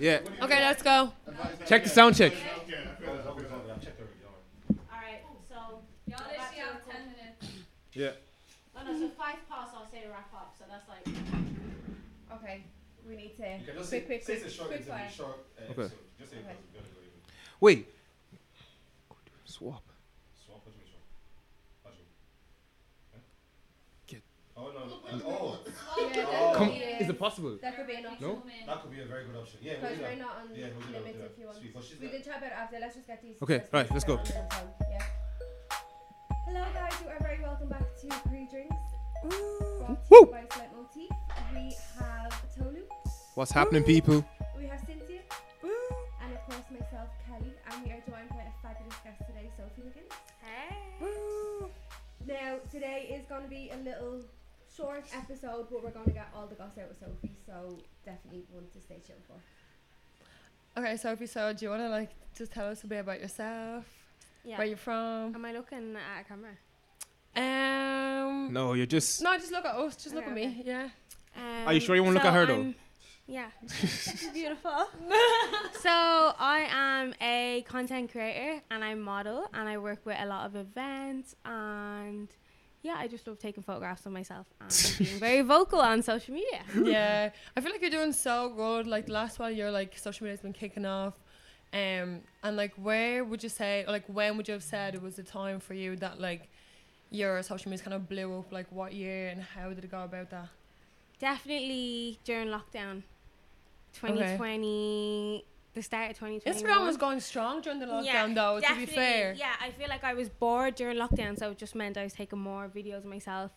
Yeah. Okay, let's go. Check the sound check. All right, so y'all got literally have to- ten minutes. Yeah. Oh no, so five past I'll say to wrap up. So that's like Okay, we need to Okay, just say, quick, quick, say quick, it's a short, quick interview, fire. short uh, Okay. episode. Just say it Okay. because we're gonna go even. Wait. Swap. Swap, what do you mean swap? What do you mean? Huh? Get- Oh no. Oh, Yeah, that Oh. could Come. be Is it it. possible? That could be enough. No? that could be a very good option. Yeah, we'll Because do we're that. not on Yeah, we'll do that. limits we'll if do that. you want. Sweet, but she's We like- can chat about it after. Let's just get these. Okay, let's right, let's go. get this done, Yeah. Hello, guys. You are very welcome back to Pre Drinks. Brought to Woo. you by Slight Motif. We have Tolu. What's happening, people? We have Cynthia. And of course, myself, Kelly. And we are joined by a fabulous guest today, Sophie Higgins. Now, today is going to be a little short episode, but we're going to get all the goss out of Sophie, so definitely one to stay tuned for. Okay, Sophie. So, do you want to like just tell us a bit about yourself, yeah. where you're from? Am I looking at a camera? Um. No, you're just. No, just look at us. Just look Okay, at me. Yeah. Um, Are you sure you wanna look so at her, though? I'm- Yeah. Beautiful. so I am a content creator and I model and I work with a lot of events and yeah, I just love taking photographs of myself and being very vocal on social media. yeah. I feel like you're doing so good. Like the last while, your like social media's been kicking off. Um. And like, where would you say, or, like, when would you have said it was the time for you that like your social media's kind of blew up? Like, what year and how did it go about that? Definitely during lockdown, 2020, the start of 2020. Instagram was going strong during the lockdown, though. To be definitely. fair. Yeah, I feel like I was bored during lockdown, so it just meant I was taking more videos of myself,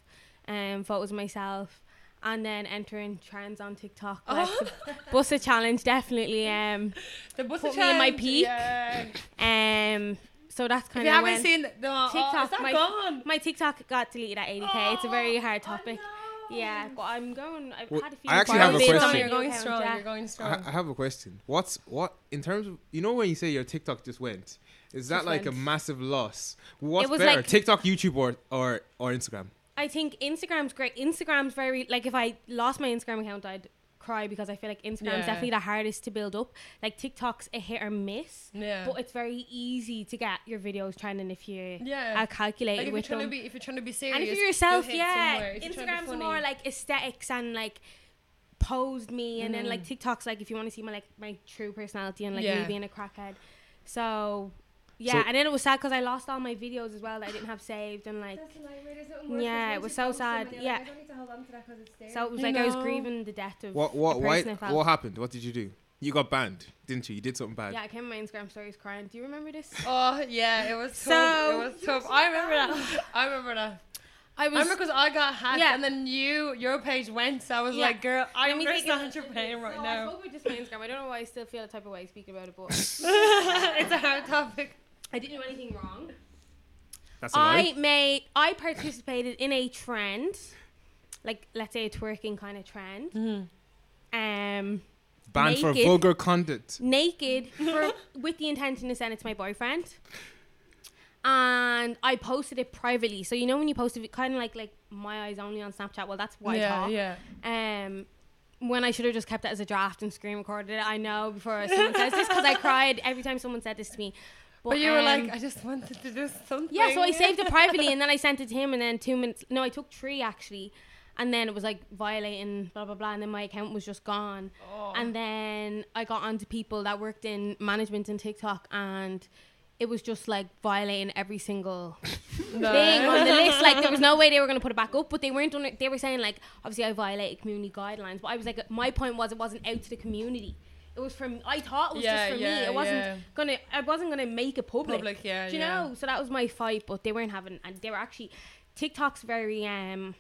um, photos of myself, and then entering trends on TikTok. Like the Bussa challenge, definitely. Um, The bus Put me in my peak. Yeah. um, so that's If kind you of haven't when seen the no, TikTok, oh, TikTok, is that my- gone? my TikTok got deleted at 80k. it's a very hard Oh, topic. no. Yeah, but I'm going. I've Well, had a few. I actually bars have a in question. on You're the going account, strong. yeah. You're going strong. I, I have a question. What's what in terms of you know when you say your TikTok just went, is that Just like a went. massive loss? What's was better, like- TikTok, YouTube, or or or Instagram? I think Instagram's great. Instagram's very like if I lost my Instagram account, I'd cry because I feel like Instagram's Yeah. definitely the hardest to build up. Like TikTok's a hit or miss, yeah. but it's very easy to get your videos trending if you yeah. are calculated Like if you're with trying to them. be, if you're trying to be serious, And if you'll you're yourself, hit somewhere. yeah, If you're trying to be Instagram's funny. more like aesthetics and like posed me, and then like TikTok's like if you want to see my like my true personality and like Mm-hmm. Yeah. me being a crackhead. So yeah, So- and then it was sad because I lost all my videos as well that I didn't have saved and like. That's a nightmare. There's nothing worse Yeah, than it when was you so post them and sad, you're yeah. Like, I don't need to hold on to that because it's there. So it was You like I was know. grieving the death of What what the why person I felt. what happened? What did you do? You got banned, didn't you? You did something bad. Yeah, I came on my Instagram stories crying. Do you remember this? Oh yeah, it was So- tough. It was tough. I remember that. I remember that. I I remember because I got hacked, Yeah. and then you, your page went. So I was Yeah. like, girl, I Let me take a- understand your pain right so I now. spoke with just my Instagram. I don't know why I still feel the type of way speaking about it, but it's a hard topic. I didn't do anything wrong. That's a lie. I made. I participated in a trend, like let's say a twerking kind of trend. Mm-hmm. Um, Banned for naked. vulgar content. naked for, with the intention to send it to my boyfriend. And I posted it privately. So you know when you posted it kind of like like my eyes only on Snapchat. Well, that's why yeah, I talk. yeah. um when I should have just kept it as a draft and screen recorded it. I know before someone says this because I cried every time someone said this to me. But you were um, like, I just wanted to do something. Oh. yeah, so I saved it privately and then I sent it to him. And then two minutes, no, I took three actually. And then it was like violating blah blah blah. And then my account was just gone. Oh. And then I got onto people that worked in management and TikTok and. It was just like violating every single Uh. No. thing on the list. Like there was no way they were going to put it back up, but they weren't. Under, they were saying like, obviously I violated community guidelines, but I was like, my point was it wasn't out to the community. It was from I thought it was Yeah, just for yeah, me. It wasn't yeah. gonna. I wasn't gonna make it public. Public, yeah, Do you yeah. know? So that was my fight, but they weren't having. And they were actually TikTok's very um.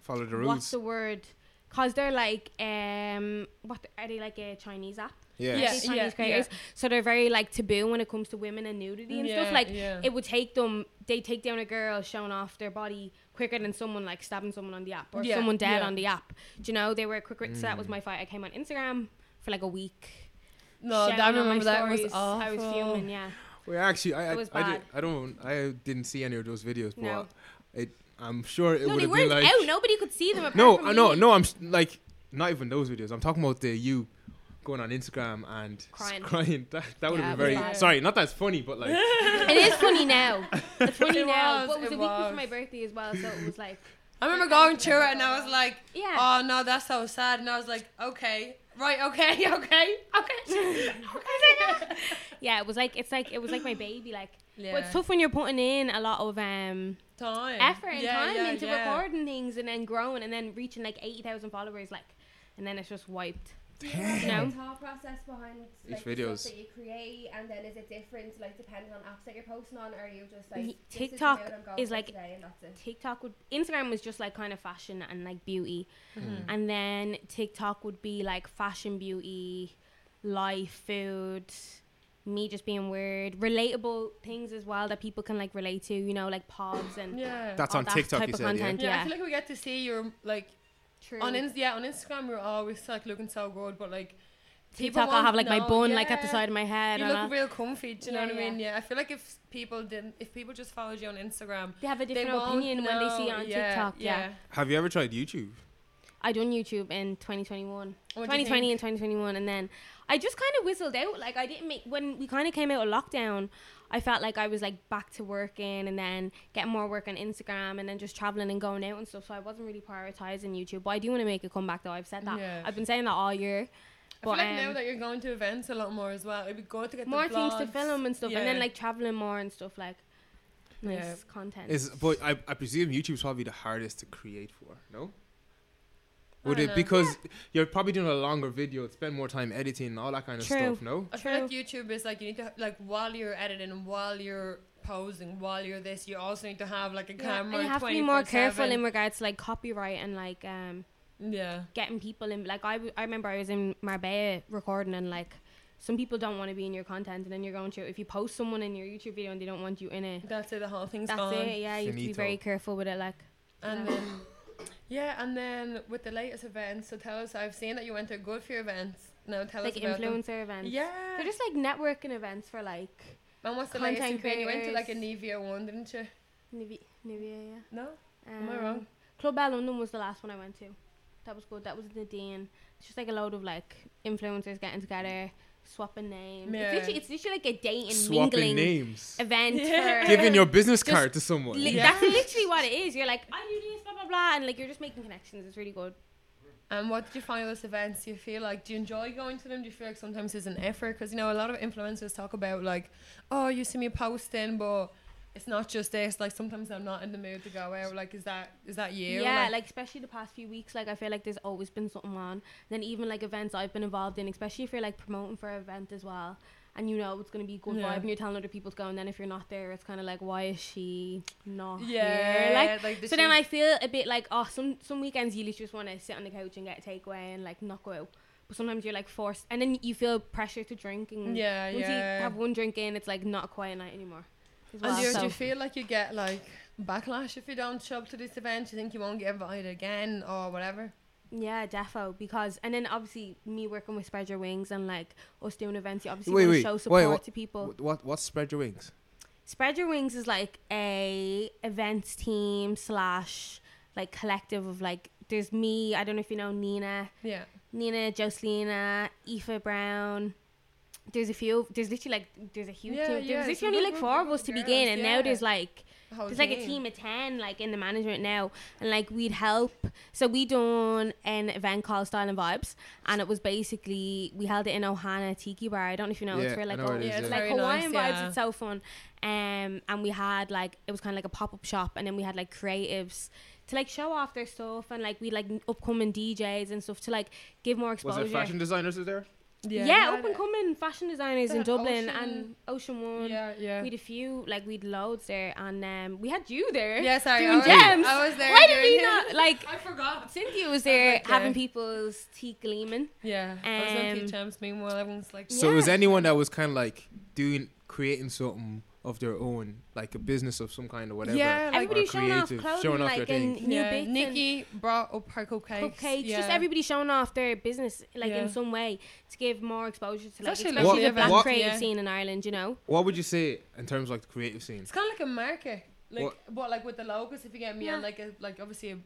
Follow the What's rules. the word? Cause they're like um. What are they like a Chinese app? yeah. Yeah. Chinese creators. So they're very like taboo when it comes to women and nudity and Yeah, stuff. Like yeah. it would take them they take down a girl showing off their body quicker than someone like stabbing someone on the app or Yeah, someone dead yeah. on the app. Do you know? They were quicker so Mm. that was my fight. I came on Instagram for like a week. No, shouting that, I on my remember that was stories. awful. I was fuming, yeah. Well, actually, I I, It was I, did, bad. I don't I didn't see any of those videos, but No. it, I'm sure it No, would they have been weren't like out, nobody could see them apart No, from I no, me. no. I'm s- like not even those videos. I'm talking about the you going on Instagram and s- Crying. crying. That, that would Yeah, have it been was very bad. sorry. Not that it's funny, but like it is funny now. It's funny It now. was, but it was it a week was. before my birthday as well, so it was like, I remember going through it and I was like, yeah. oh no, that's so sad. And I was like, okay, right, okay, okay, okay. okay. yeah, it was like it's like it was like my baby. Like, yeah. but it's tough when you're putting in a lot of um time. effort and Yeah, time yeah, into yeah. recording things and then growing and then reaching like eighty thousand followers, like, and then it's just wiped. you No. the thought process behind Each like, the videos. stuff that you create, and then is it different, like depending on apps that you're posting on, or are you just Ye- like this the TikTok route I'm going is, for like, today and that's it. TikTok would Instagram was just like kind of fashion and like beauty, Mm. and then TikTok would be like fashion, beauty, life, food, me just being weird, relatable things as well that people can like relate to. You know, like pods and Yeah. that's all on that TikTok. type You of said, yeah. content. yeah, I yeah. feel like we get to see your like true. on in- yeah on Instagram we're always like looking so good, but like people TikTok, I have won't like my know. bun like at the Yeah. side of my head. You and look all. real comfy. Do you know Yeah, what I yeah. mean? Yeah, I feel like if people didn't, if people just followed you on Instagram, they have a they different won't opinion when they see it know. on Yeah, TikTok. Yeah. Have you ever tried YouTube? I done YouTube in 2021. What do you 2020 think? and 2021 and then i just kind of whistled out like i didn't make when we kind of came out of lockdown i felt like i was like back to working and then getting more work on instagram and then just traveling and going out and stuff so i wasn't really prioritizing youtube but i do want to make a comeback though i've said that Yeah. i've been saying that all year but I feel like now um, that you're going to events a lot more as well, it'd be good to get the more things to vlogs. film and stuff and then Yeah. like traveling more and stuff like nice Yeah. content Is but I, I presume YouTube's probably the hardest to create for. No. I Would don't it know. because you're probably doing a longer video, spend more time editing and all that kind of True. stuff. No. I feel like YouTube is like you need to like while you're editing and while you're posing, while you're this, you also need to have like a yeah, and camera. you have to be more careful in regards to like copyright and like um yeah. getting people in like I, w- I remember i was in marbella recording and like some people don't want to be in your content and then you're going through if you post someone in your youtube video and they don't want you in it That's it. The whole thing's that's gone. it yeah you have to be Finito. very careful with it like And Yeah. then yeah, and then with the latest events, so tell us. I've seen that you went to good few events. Now tell like us about them. influencer events Yeah. they're just like networking events for like and what's the content latest you've been? You went to like a creators. Nivea one, didn't you? Nivea, Nivea yeah No. um, I wrong? club Air london was the last one i went to that was good that was the day and it's just like a load of like influencers getting together swapping names Yeah. it's, literally, it's literally like a dating Swapping mingling names. event Yeah. for Giving your business Just card to someone. Li- Yeah. That's literally what it is. You're like, I do this, blah blah blah, and like you're just making connections. It's really good. And what did you find of those events? Do you feel like do you enjoy going to them? Do you feel like sometimes it's an effort? Because you know a lot of influencers talk about like, oh, you see me posting, but it's not just this. Like sometimes I'm not in the mood to go out. Like is that is that you? yeah, like, especially the past few weeks, like I feel like there's always been something on. Then even like events I've been involved in, especially if you're like promoting for an event as well, and you know it's gonna be a good Yeah. vibe, and you're telling other people to go, and then if you're not there, it's kind of like, why is she not oh, yeah, here? Like, like the so then cheap- I feel a bit like, oh, some some weekends you literally just want to sit on the couch and get a takeaway and like not go out. But sometimes you're like forced, and then you feel pressure to drink. And Mm, yeah once yeah. you have one drink in, it's like not a quiet night anymore. as and well, do, you- do so- you feel like you get like backlash if you don't show up to this event? Do you think you won't get invited again or whatever? Yeah, defo. Because and then obviously me working with Spread Your Wings and like us doing events, you obviously Wait, want wait, to show wait, support what- to people. What, what what's spread your wings? Spread Your Wings is like a events team slash like collective of like there's me. I don't know if you know Nina, Yeah. Nina, Joselina, Aoife Brown. There's a few. There's literally like there's a huge Yeah, team. yeah, There's it's literally a only like group four of of us to girls, begin, and yeah. now there's like Whole There's like a team of ten, like in the management now, and like we'd help. So we done an event called Style and Vibes, and it was basically we held it in Ohana Tiki Bar. I don't know if you know, it's Yeah, for I like know where oh, it is, Yeah, it's like very Hawaiian nice, vibes. yeah. It's so fun. Um, and we had like it was kind of like a pop up shop, and then we had like creatives to like show off their stuff, and like we like upcoming DJs and stuff to like give more Was exposure. it fashion designers? Is there? Yeah, yeah, up and coming fashion designers They in had Dublin Ocean- and Ocean One. Yeah, yeah. We'd a few like we'd loads there, and um, we had you there. yeah, sorry. doing I was, gems. I was there. Why did doing we it. not like? I forgot. Cynthia was there like, having yeah. people's tea gleaming. Yeah, I was on Um, two champs. Meanwhile, everyone's like, So it was Yeah. anyone that was kind of like doing creating something of their own, like a business of some kind or whatever. Yeah, like- everybody or showing off creative, clothing, showing off like their and thing. new yeah, bits and Nikki brought up her cupcakes. cupcakes. yeah. Just everybody showing off their business, like Yeah. in some way, to give more exposure to like Especially especially local the black events, creative yeah. scene in Ireland. You know, What would you say in terms of like the creative scene? It's kind of like a market, like What- what? like with the logos, if you get me, Yeah. and like a, like obviously a,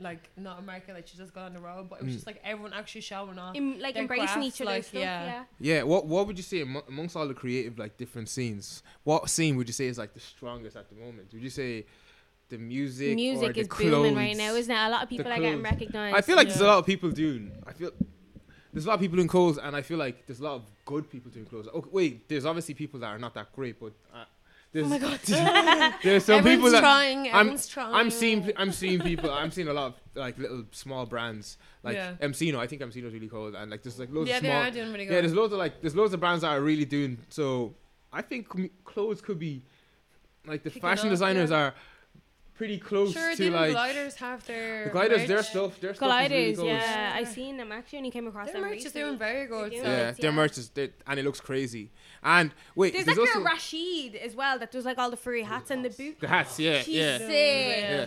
like not America, like she just got on the road, but it was Mm. just like everyone actually showing off. Em- Uh, like Their embracing crafts, each other. like, stuff, yeah. yeah. Yeah, what what would you say amo- amongst all the creative like different scenes? What scene would you say is like the strongest at the moment? Would you say the music? or Music the is booming right clothes? now, isn't it? A lot of people are getting clothes. recognized. I feel like there's a Yeah. lot of people doing. I feel there's a lot of people doing clothes, and I feel like there's a lot of good people doing clothes. Okay, wait, there's obviously people that are not that great, but uh, there's oh my god. there's some everyone's people that trying. I'm- Everyone's trying. I'm seeing pe- I'm seeing people I'm seeing a lot of like little small brands like Yeah. Emcino. I think Emcino's really cool, and like there's like loads yeah, of they small are doing really good. yeah, there's loads of like there's loads of brands that are really doing. So I think com- clothes could be like the Kicking fashion off, designers yeah. are pretty close sure, to didn't like gliders have their the gliders. Their merch? stuff, their stuff is really Gliders, goes. yeah. I Yeah. seen them. I Actually, only came across Their them merch is recently. doing very good. They do. So. Yeah, their yeah. merch is they- and it looks crazy. And wait, There's, there's, like also a Rashid as well that does like all the furry hats and the boots. the hats. Yeah, She's yeah, sick. yeah. Yeah.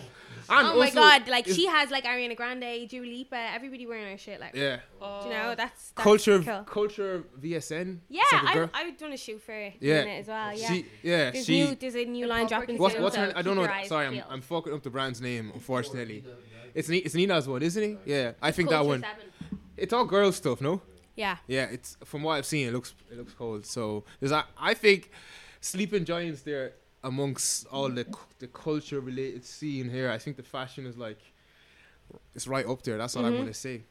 And Oh my also, god, like it's- she has like Ariana Grande, Dua Lipa, everybody wearing her shit. Like, Yeah, Oh. do you know, that's, that's culture, Cool. culture VSN. Yeah, It's like a I, girl- I would done a shoot for her Yeah. in it as well. Yeah, She, yeah, there's she. new, there's a new line dropping. What's, soon, what's her? so I don't keep know. your eyes Sorry, I'm, peeled. I'm fucking up the brand's name, unfortunately. It's Ni- it's Nina's one, isn't it? Yeah, I think that Culture one. Seven. It's all girl stuff, no? Yeah, Yeah, it's from what I've seen, it looks it looks cold. So there's I, I think sleeping giants there amongst all the cu- the culture related scene here. I think the fashion is like it's right up there. That's all I'm Mhm. gonna say.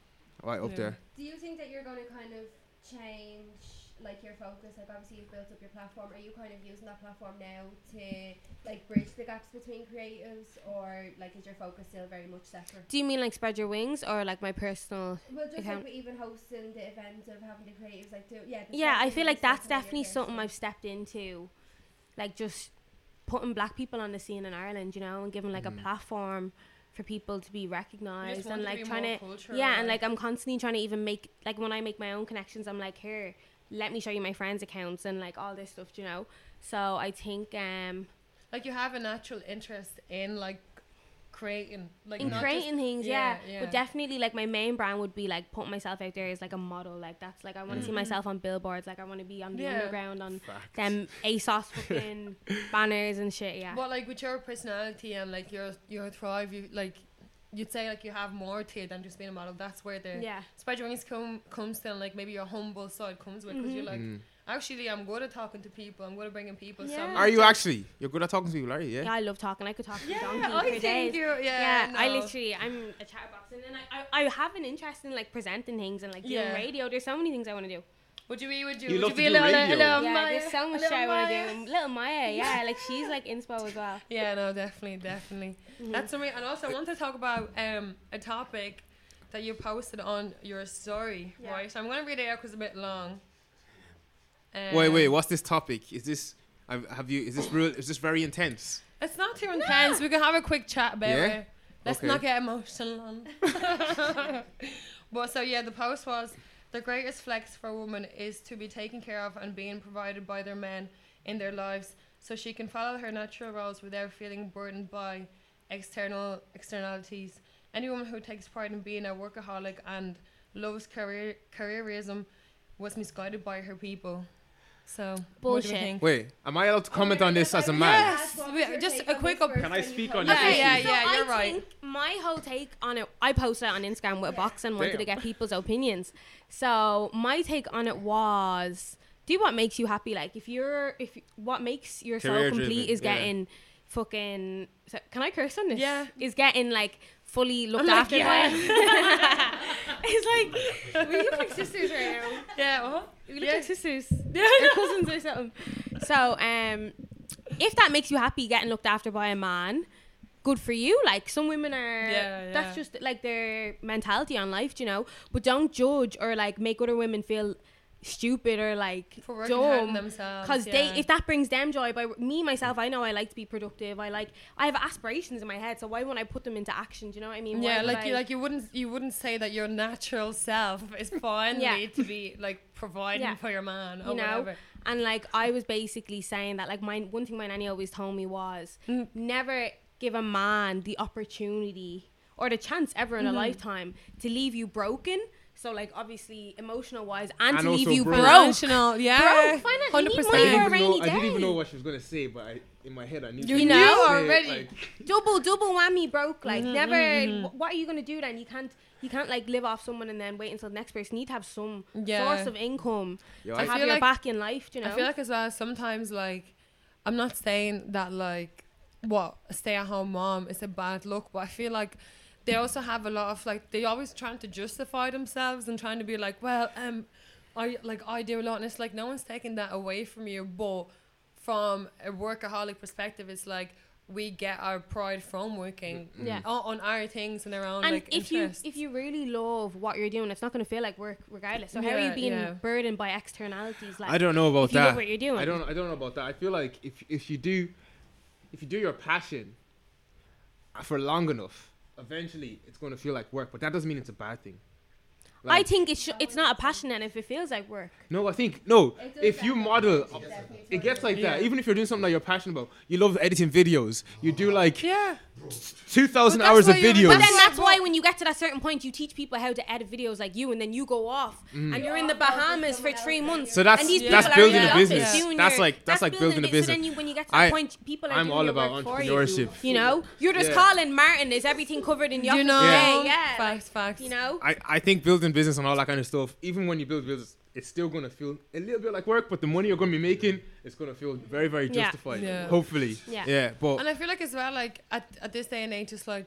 Right up Mm-hmm. Yeah. there. Do you think that you're going to kind of change like your focus? Like obviously you've built up your platform. Are you kind of using that platform now to like bridge the gaps between creatives, or like is your focus still very much separate? do you mean like spread your wings or like my personal Well, just Okay. like with even hosting the event of having the creatives like do yeah. the Yeah, I social feel like media that's stuff and all your definitely creative something stuff. I've stepped into. Like just putting black people on the scene in Ireland, you know, and giving like Mm. a platform for people to be You just recognized want and to like be trying more to cultural, Yeah, and like I'm constantly trying to even make like when I make my own connections, I'm like, here, let me show you my friends' accounts and like all this stuff, you know. So I think um like you have a natural interest in like creating, like in not creating things, yeah, yeah, But yeah. definitely like my main brand would be like putting myself out there as like a model. Like that's like I want to see Mhm. myself on billboards, like I want to be on the Yeah. underground on Facts. them ASOS fucking banners and shit. Yeah. Just, but like with your personality and like your your thrive, you like you'd say like you have more to it than just being a model. That's where the Yeah. spread your wings come comes to, and like maybe your humble side comes with, because you're like, Mm. actually, I'm good at talking to people. I'm good at bringing people. So Mm-hmm. Yeah. I'm Are you gonna- actually? You're good at talking to people, are you? Yeah. Yeah. I love talking. I could talk to Yeah, donkey I for think days. you're. Yeah, Yeah, I no. literally, I'm a chatterbox, and then I, I, I have an interest in like presenting things and like doing Yeah. radio. There's so many things I want to do. Would you be? Would you? You would love you to be a do little, a radio. little yeah, Maya, there's so a much little shit I want Maya? to do. Little Maya, yeah, like she's like inspo as well. Yeah, no, definitely, definitely. That's something. And also, I want to talk about um, a topic that you posted on your story, Yeah. right? So I'm going to read it out because it's a bit long. Um, Wait, wait. What's this topic? Is this I've- have you? Is this real? Is this very intense? It's not too intense. We can have a quick chat about Yeah? it. Let's Okay. not get emotional on. but so yeah, the post was the greatest flex for a woman is to be taken care of and being provided by their men in their lives, so she can follow her natural roles without feeling burdened by external externalities. Any woman who takes pride in being a workaholic and loves career careerism was misguided by her people. So what do we Bullshit. think? Wait, am I allowed to comment Oh my on God, this as a I- man? Yes, What was we- your just take a on quick this up- first Can I when you speak posted on it? this? Okay, Yeah, yeah, so yeah, you're I right. Think my whole take on it, I posted it on Instagram with a box and wanted to Damn. get people's opinions. So my take on it was: do what makes you happy. Like if you're, if you- what makes your soul Career-driven, complete is yeah. getting fucking. So can I curse on this? Yeah. is getting like fully looked I'm like, after. by it's like we look like sisters right now. Yeah. uh-huh. We look Yeah. like sisters. They're cousins or something. So, um, if that makes you happy getting looked after by a man, good for you. Like some women are Yeah, that's yeah. just like their mentality on life, do you know. But don't judge or like make other women feel stupid or like for working hard on dumb. themselves. Because yeah. they, if that brings them joy, by me myself, I know I like to be productive. I like, I have aspirations in my head, so why won't I put them into action? Do you know what I mean? Why yeah, would like you, I- like you wouldn't you wouldn't say that your natural self is finally to be like providing Yeah. for your man or You know? whatever. And like I was basically saying that like my one thing my nanny always told me was Mm. never give a Mm-hmm. man the opportunity or the chance ever in a lifetime to leave you broken So like obviously emotional wise, and, And to leave also you broke. broke. Financial, yeah. Broke, finally, you need I didn't, money 100%. for a even know, rainy I didn't even know day. what she was gonna say, but I, in my head I knew. You she was know gonna say it, already. like, Double, double whammy, broke. Like Mhm, never. mhm, mhm. wh- What are you gonna do then? You can't, you can't like live off someone and then wait until the next person. You need to have some Yeah. source of income yo, to I- feel have your like- back in life. do You know. I feel like as well sometimes like I'm not saying that like what a stay at home mom is a bad look, but I feel like they also have a lot of like they always trying to justify themselves and trying to be like, well, um, I like I do a lot, and it's like no one's taking that away from you, but from a workaholic perspective, it's like we get our pride from working Yeah. on, on our things and our own and like if you interests. if you really love what you're doing, it's not going to feel like work regardless. So how are Yeah, you being yeah. burdened by externalities? Like I don't know about if you that. love what you're doing. I don't. I don't know about that. I feel like if if you do, if you do your passion for long enough, eventually it's going to feel like work. But that doesn't mean it's a bad thing. I think it's sh- it's not a passion then if it feels like work. No, I think no. It does If you that. model, It does that. it gets like that. Yeah. Even if you're doing something that you're passionate about, you love editing videos. You do like yeah, two thousand But hours that's of why you're- videos. But But then Yeah, that's why when you get to that certain point, you teach people how to edit videos like you, and then you go off and you're in the Bahamas for three months. Mm. So that's and these that's people are building in a the office business. doing That's your- like that's, like building a So business. then you, when you get to that I- point, people are I'm doing all your about work for you. entrepreneurship. You know, you're just Yeah. calling Martin. Is everything covered in the you office? know, today? Yeah. yeah, like, facts, facts, you know. I, I think building business and all that kind of stuff, even when you build business, it's still gonna feel a little bit like work, but the money you're gonna be making is gonna feel very, very Yeah. justified. Yeah. Hopefully. Yeah. But And I feel like as well, like at, at this day and age, it's like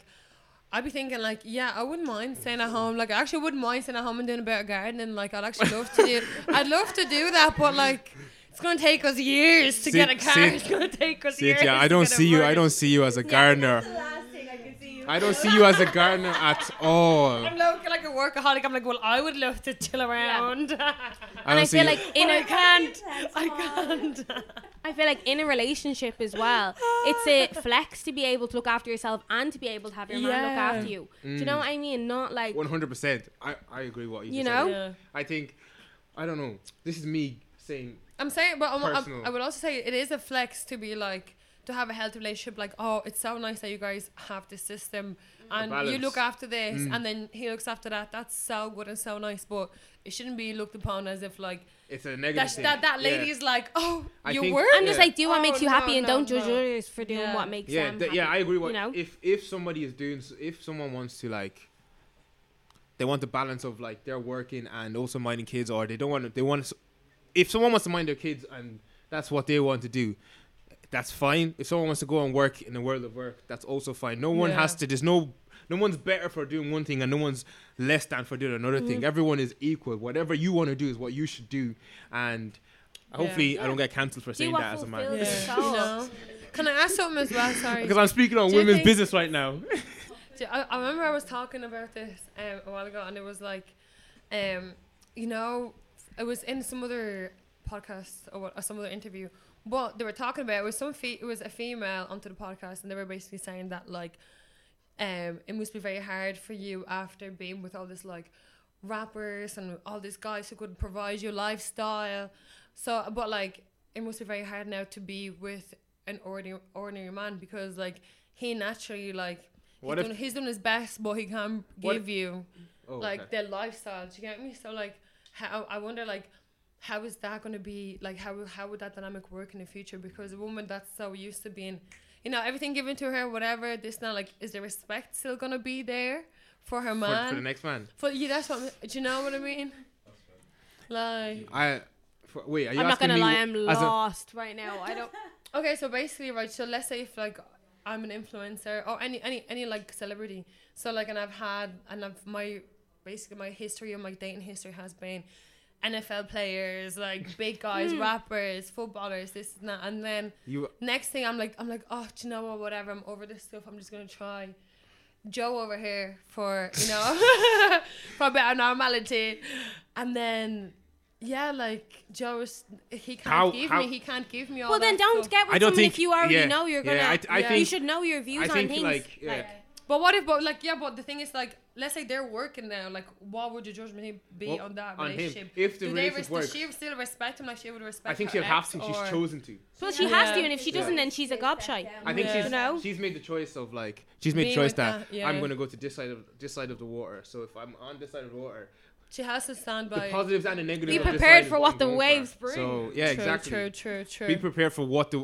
I'd be thinking like, yeah, I wouldn't mind staying at home. Like I actually wouldn't mind staying at home and doing a bit of gardening. Like I'd actually love to do I'd love to do that, but like it's gonna take us years See- to get a car. see- it's gonna take us see, years. yeah, I to don't get a see you I mortgage. don't see you as a gardener. last thing I could see you. I don't see you as a gardener at all. I'm like, like a workaholic. I'm like, well, I would love to chill around. I and don't I see feel you. like in Oh, I a can't. I can't. I feel like in a relationship as well, it's a flex to be able to look after yourself and to be able to have your man look Yeah. after you. Do Mm. you know what I mean? Not like one hundred percent. I, I agree with what you, You just know? said. Yeah. I think I don't know. This is me saying I'm saying, but I'm, I'm, Personal. I would also say it is a flex to be like to have a healthy relationship. Like, oh, it's so nice that you guys have this system, and you Mm. balance. look after this, Mm. and then he looks after that. That's so good and so nice, but it shouldn't be looked upon as if like it's a negative that thing. that, that Yeah. lady is like, oh, I you think- were. I'm just Yeah. like do what Oh, makes you no, happy and no, don't judge no. others for doing Yeah. what makes yeah, them th- yeah, I happy, agree. What you know? if if somebody is doing s- if someone wants to like, they want the balance of like they're working and also minding kids, or they don't want to, they want to, if someone wants to mind their kids and that's what they want to do, that's fine. If someone wants to go and work in the world of work, that's also fine. No one Yeah. has to. There's no no one's better for doing one thing and no one's less than for doing another Mm-hmm. thing. Everyone is equal. Whatever you want to do is what you should do, and. Hopefully, I don't get cancelled for saying what that as a man. fulfills Yeah. Yeah. You know? Can I ask something as well? Sorry. Because I'm speaking on Do you women's think- business right now. Do you- I, I remember I was talking about this um, a while ago, and it was like, um, you know, it was in some other podcast or, what, or some other interview. What they were talking about it was some fe- it was a female onto the podcast, and they were basically saying that like, um, it must be very hard for you after being with all this like rappers and all these guys who could provide you lifestyle. So, but like, it must be very hard now to be with an ordinary ordinary man because like he naturally like What he's, if- doing, he's doing his best, but he can't What- give you Oh, like okay. their lifestyle. Do you get me? So like, how I wonder like. How is that going to be like? How how would that dynamic work in the future? Because a woman that's so used to being, you know, everything given to her, whatever. This now, like, is the respect still going to be there for her For- man? for the next man. For you, that's what. I'm- Do you know what I mean? Like, I f- wait. Are you I'm not asking gonna me lie, wh- I'm as a- lost right now. I don't okay, so basically, right. So let's say if like I'm an influencer or any any any like celebrity. So like, and I've had and I've my basically my history of my dating history has been NFL players, like big guys, Hmm. rappers, footballers, this and that, and then you next thing I'm like I'm like oh do you know what whatever I'm over this stuff I'm just gonna try Joe over here for you know for a bit of normality and then yeah like Joe is he can't How- give how- me he can't give me all Well then that don't stuff. get with I don't someone think- if you already yeah, know you're yeah, gonna I th- I Yeah. you think- should know your views I on think things. like yeah. but what if but like yeah but the thing is like let's say they're working now like what would your judgment be Well, on that on him. relationship If the do they relationship res- works. does she still respect him like she would respect I think her she'll have ex, to. She's or- chosen to. well she has Yeah. to and if she Yeah. doesn't then she's a gobshite. I think Yeah. she's You know? she's made the choice of like she's made Being choice with that that, yeah. I'm gonna go to this side of this side of the water. So if I'm on this side of the water, She has to stand the by. positives and the negatives. Be of this prepared side for is what the I'm going waves for. bring. So yeah, true, exactly. True, true, true. Be prepared for what the.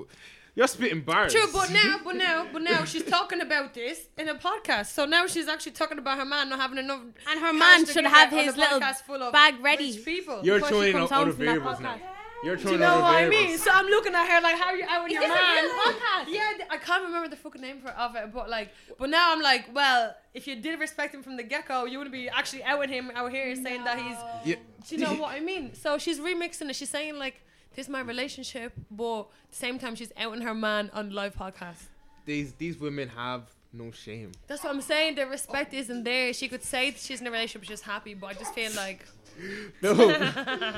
You're spitting bars. True, but now, but now, but now she's talking about this in a podcast. So now she's actually talking about her man not having enough. And her cash man to should give have her on his a little podcast full of bag ready. rich people. You're before she throwing comes out home other from that variables now. podcast. You're Do throwing you know out what other I mean? variables. So I'm looking at her like, how are you out with your this a man? real podcast? Yeah, th- I can't remember the fucking name for of it, but like, but now I'm like, well, if you did respect him from the get go, you wouldn't be actually outing him out here saying that he's. Yeah. Do you know what I mean? So she's remixing it. She's saying like, this is my relationship, but at the same time she's outing her man on live podcast. These these women have no shame. That's what I'm saying. The respect isn't there. She could say that she's in a relationship, she's happy, but I just feel like No. no,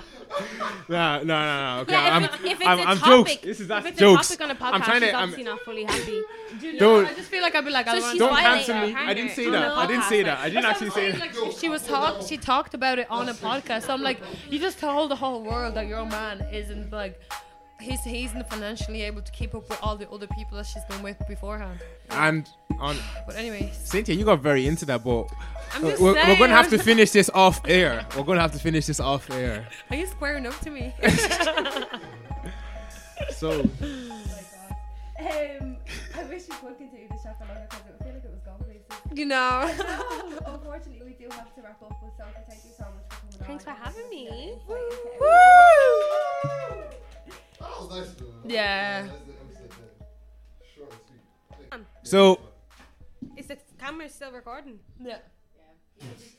no, no, no. Okay, Yeah, if I'm, it's- if it's I'm, a I'm topic- jokes. This is If that's it's jokes. a topic on a podcast, I'm trying she's to. I'm, obviously not fully happy. do Don't- I just feel like I'd be like, I So want she's to. don't cancel violating me. her I didn't say partner. that. No, I didn't say that's that. I didn't actually say that. Like she, she was talk. She talked about it on a podcast. So I'm like, you just told the whole world that your man isn't like, he's he's not financially able to keep up with all the other people that she's been with beforehand. And on But anyways, Cynthia, you got very into that, but I'm we're, just we're saying. going to have to finish this off air. We're going to have to finish this off air. Are you squaring up to me? So Um, I wish we could continue the chat for longer because I feel like it was gone places. you know. Unfortunately, we do have to wrap up with Sophie. Thank you so much for coming Thanks for on. having me. Oh, That was nice, though. Yeah. That was the episode that- Short and sweet. Like, so Is the camera still recording? Yeah.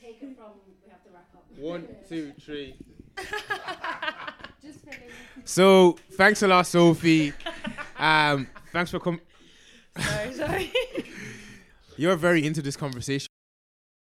Take it from we have to wrap up. one, two, three. Just finish. So thanks a lot, Sophie. Um, thanks for coming. Sorry, sorry. You're very into this conversation.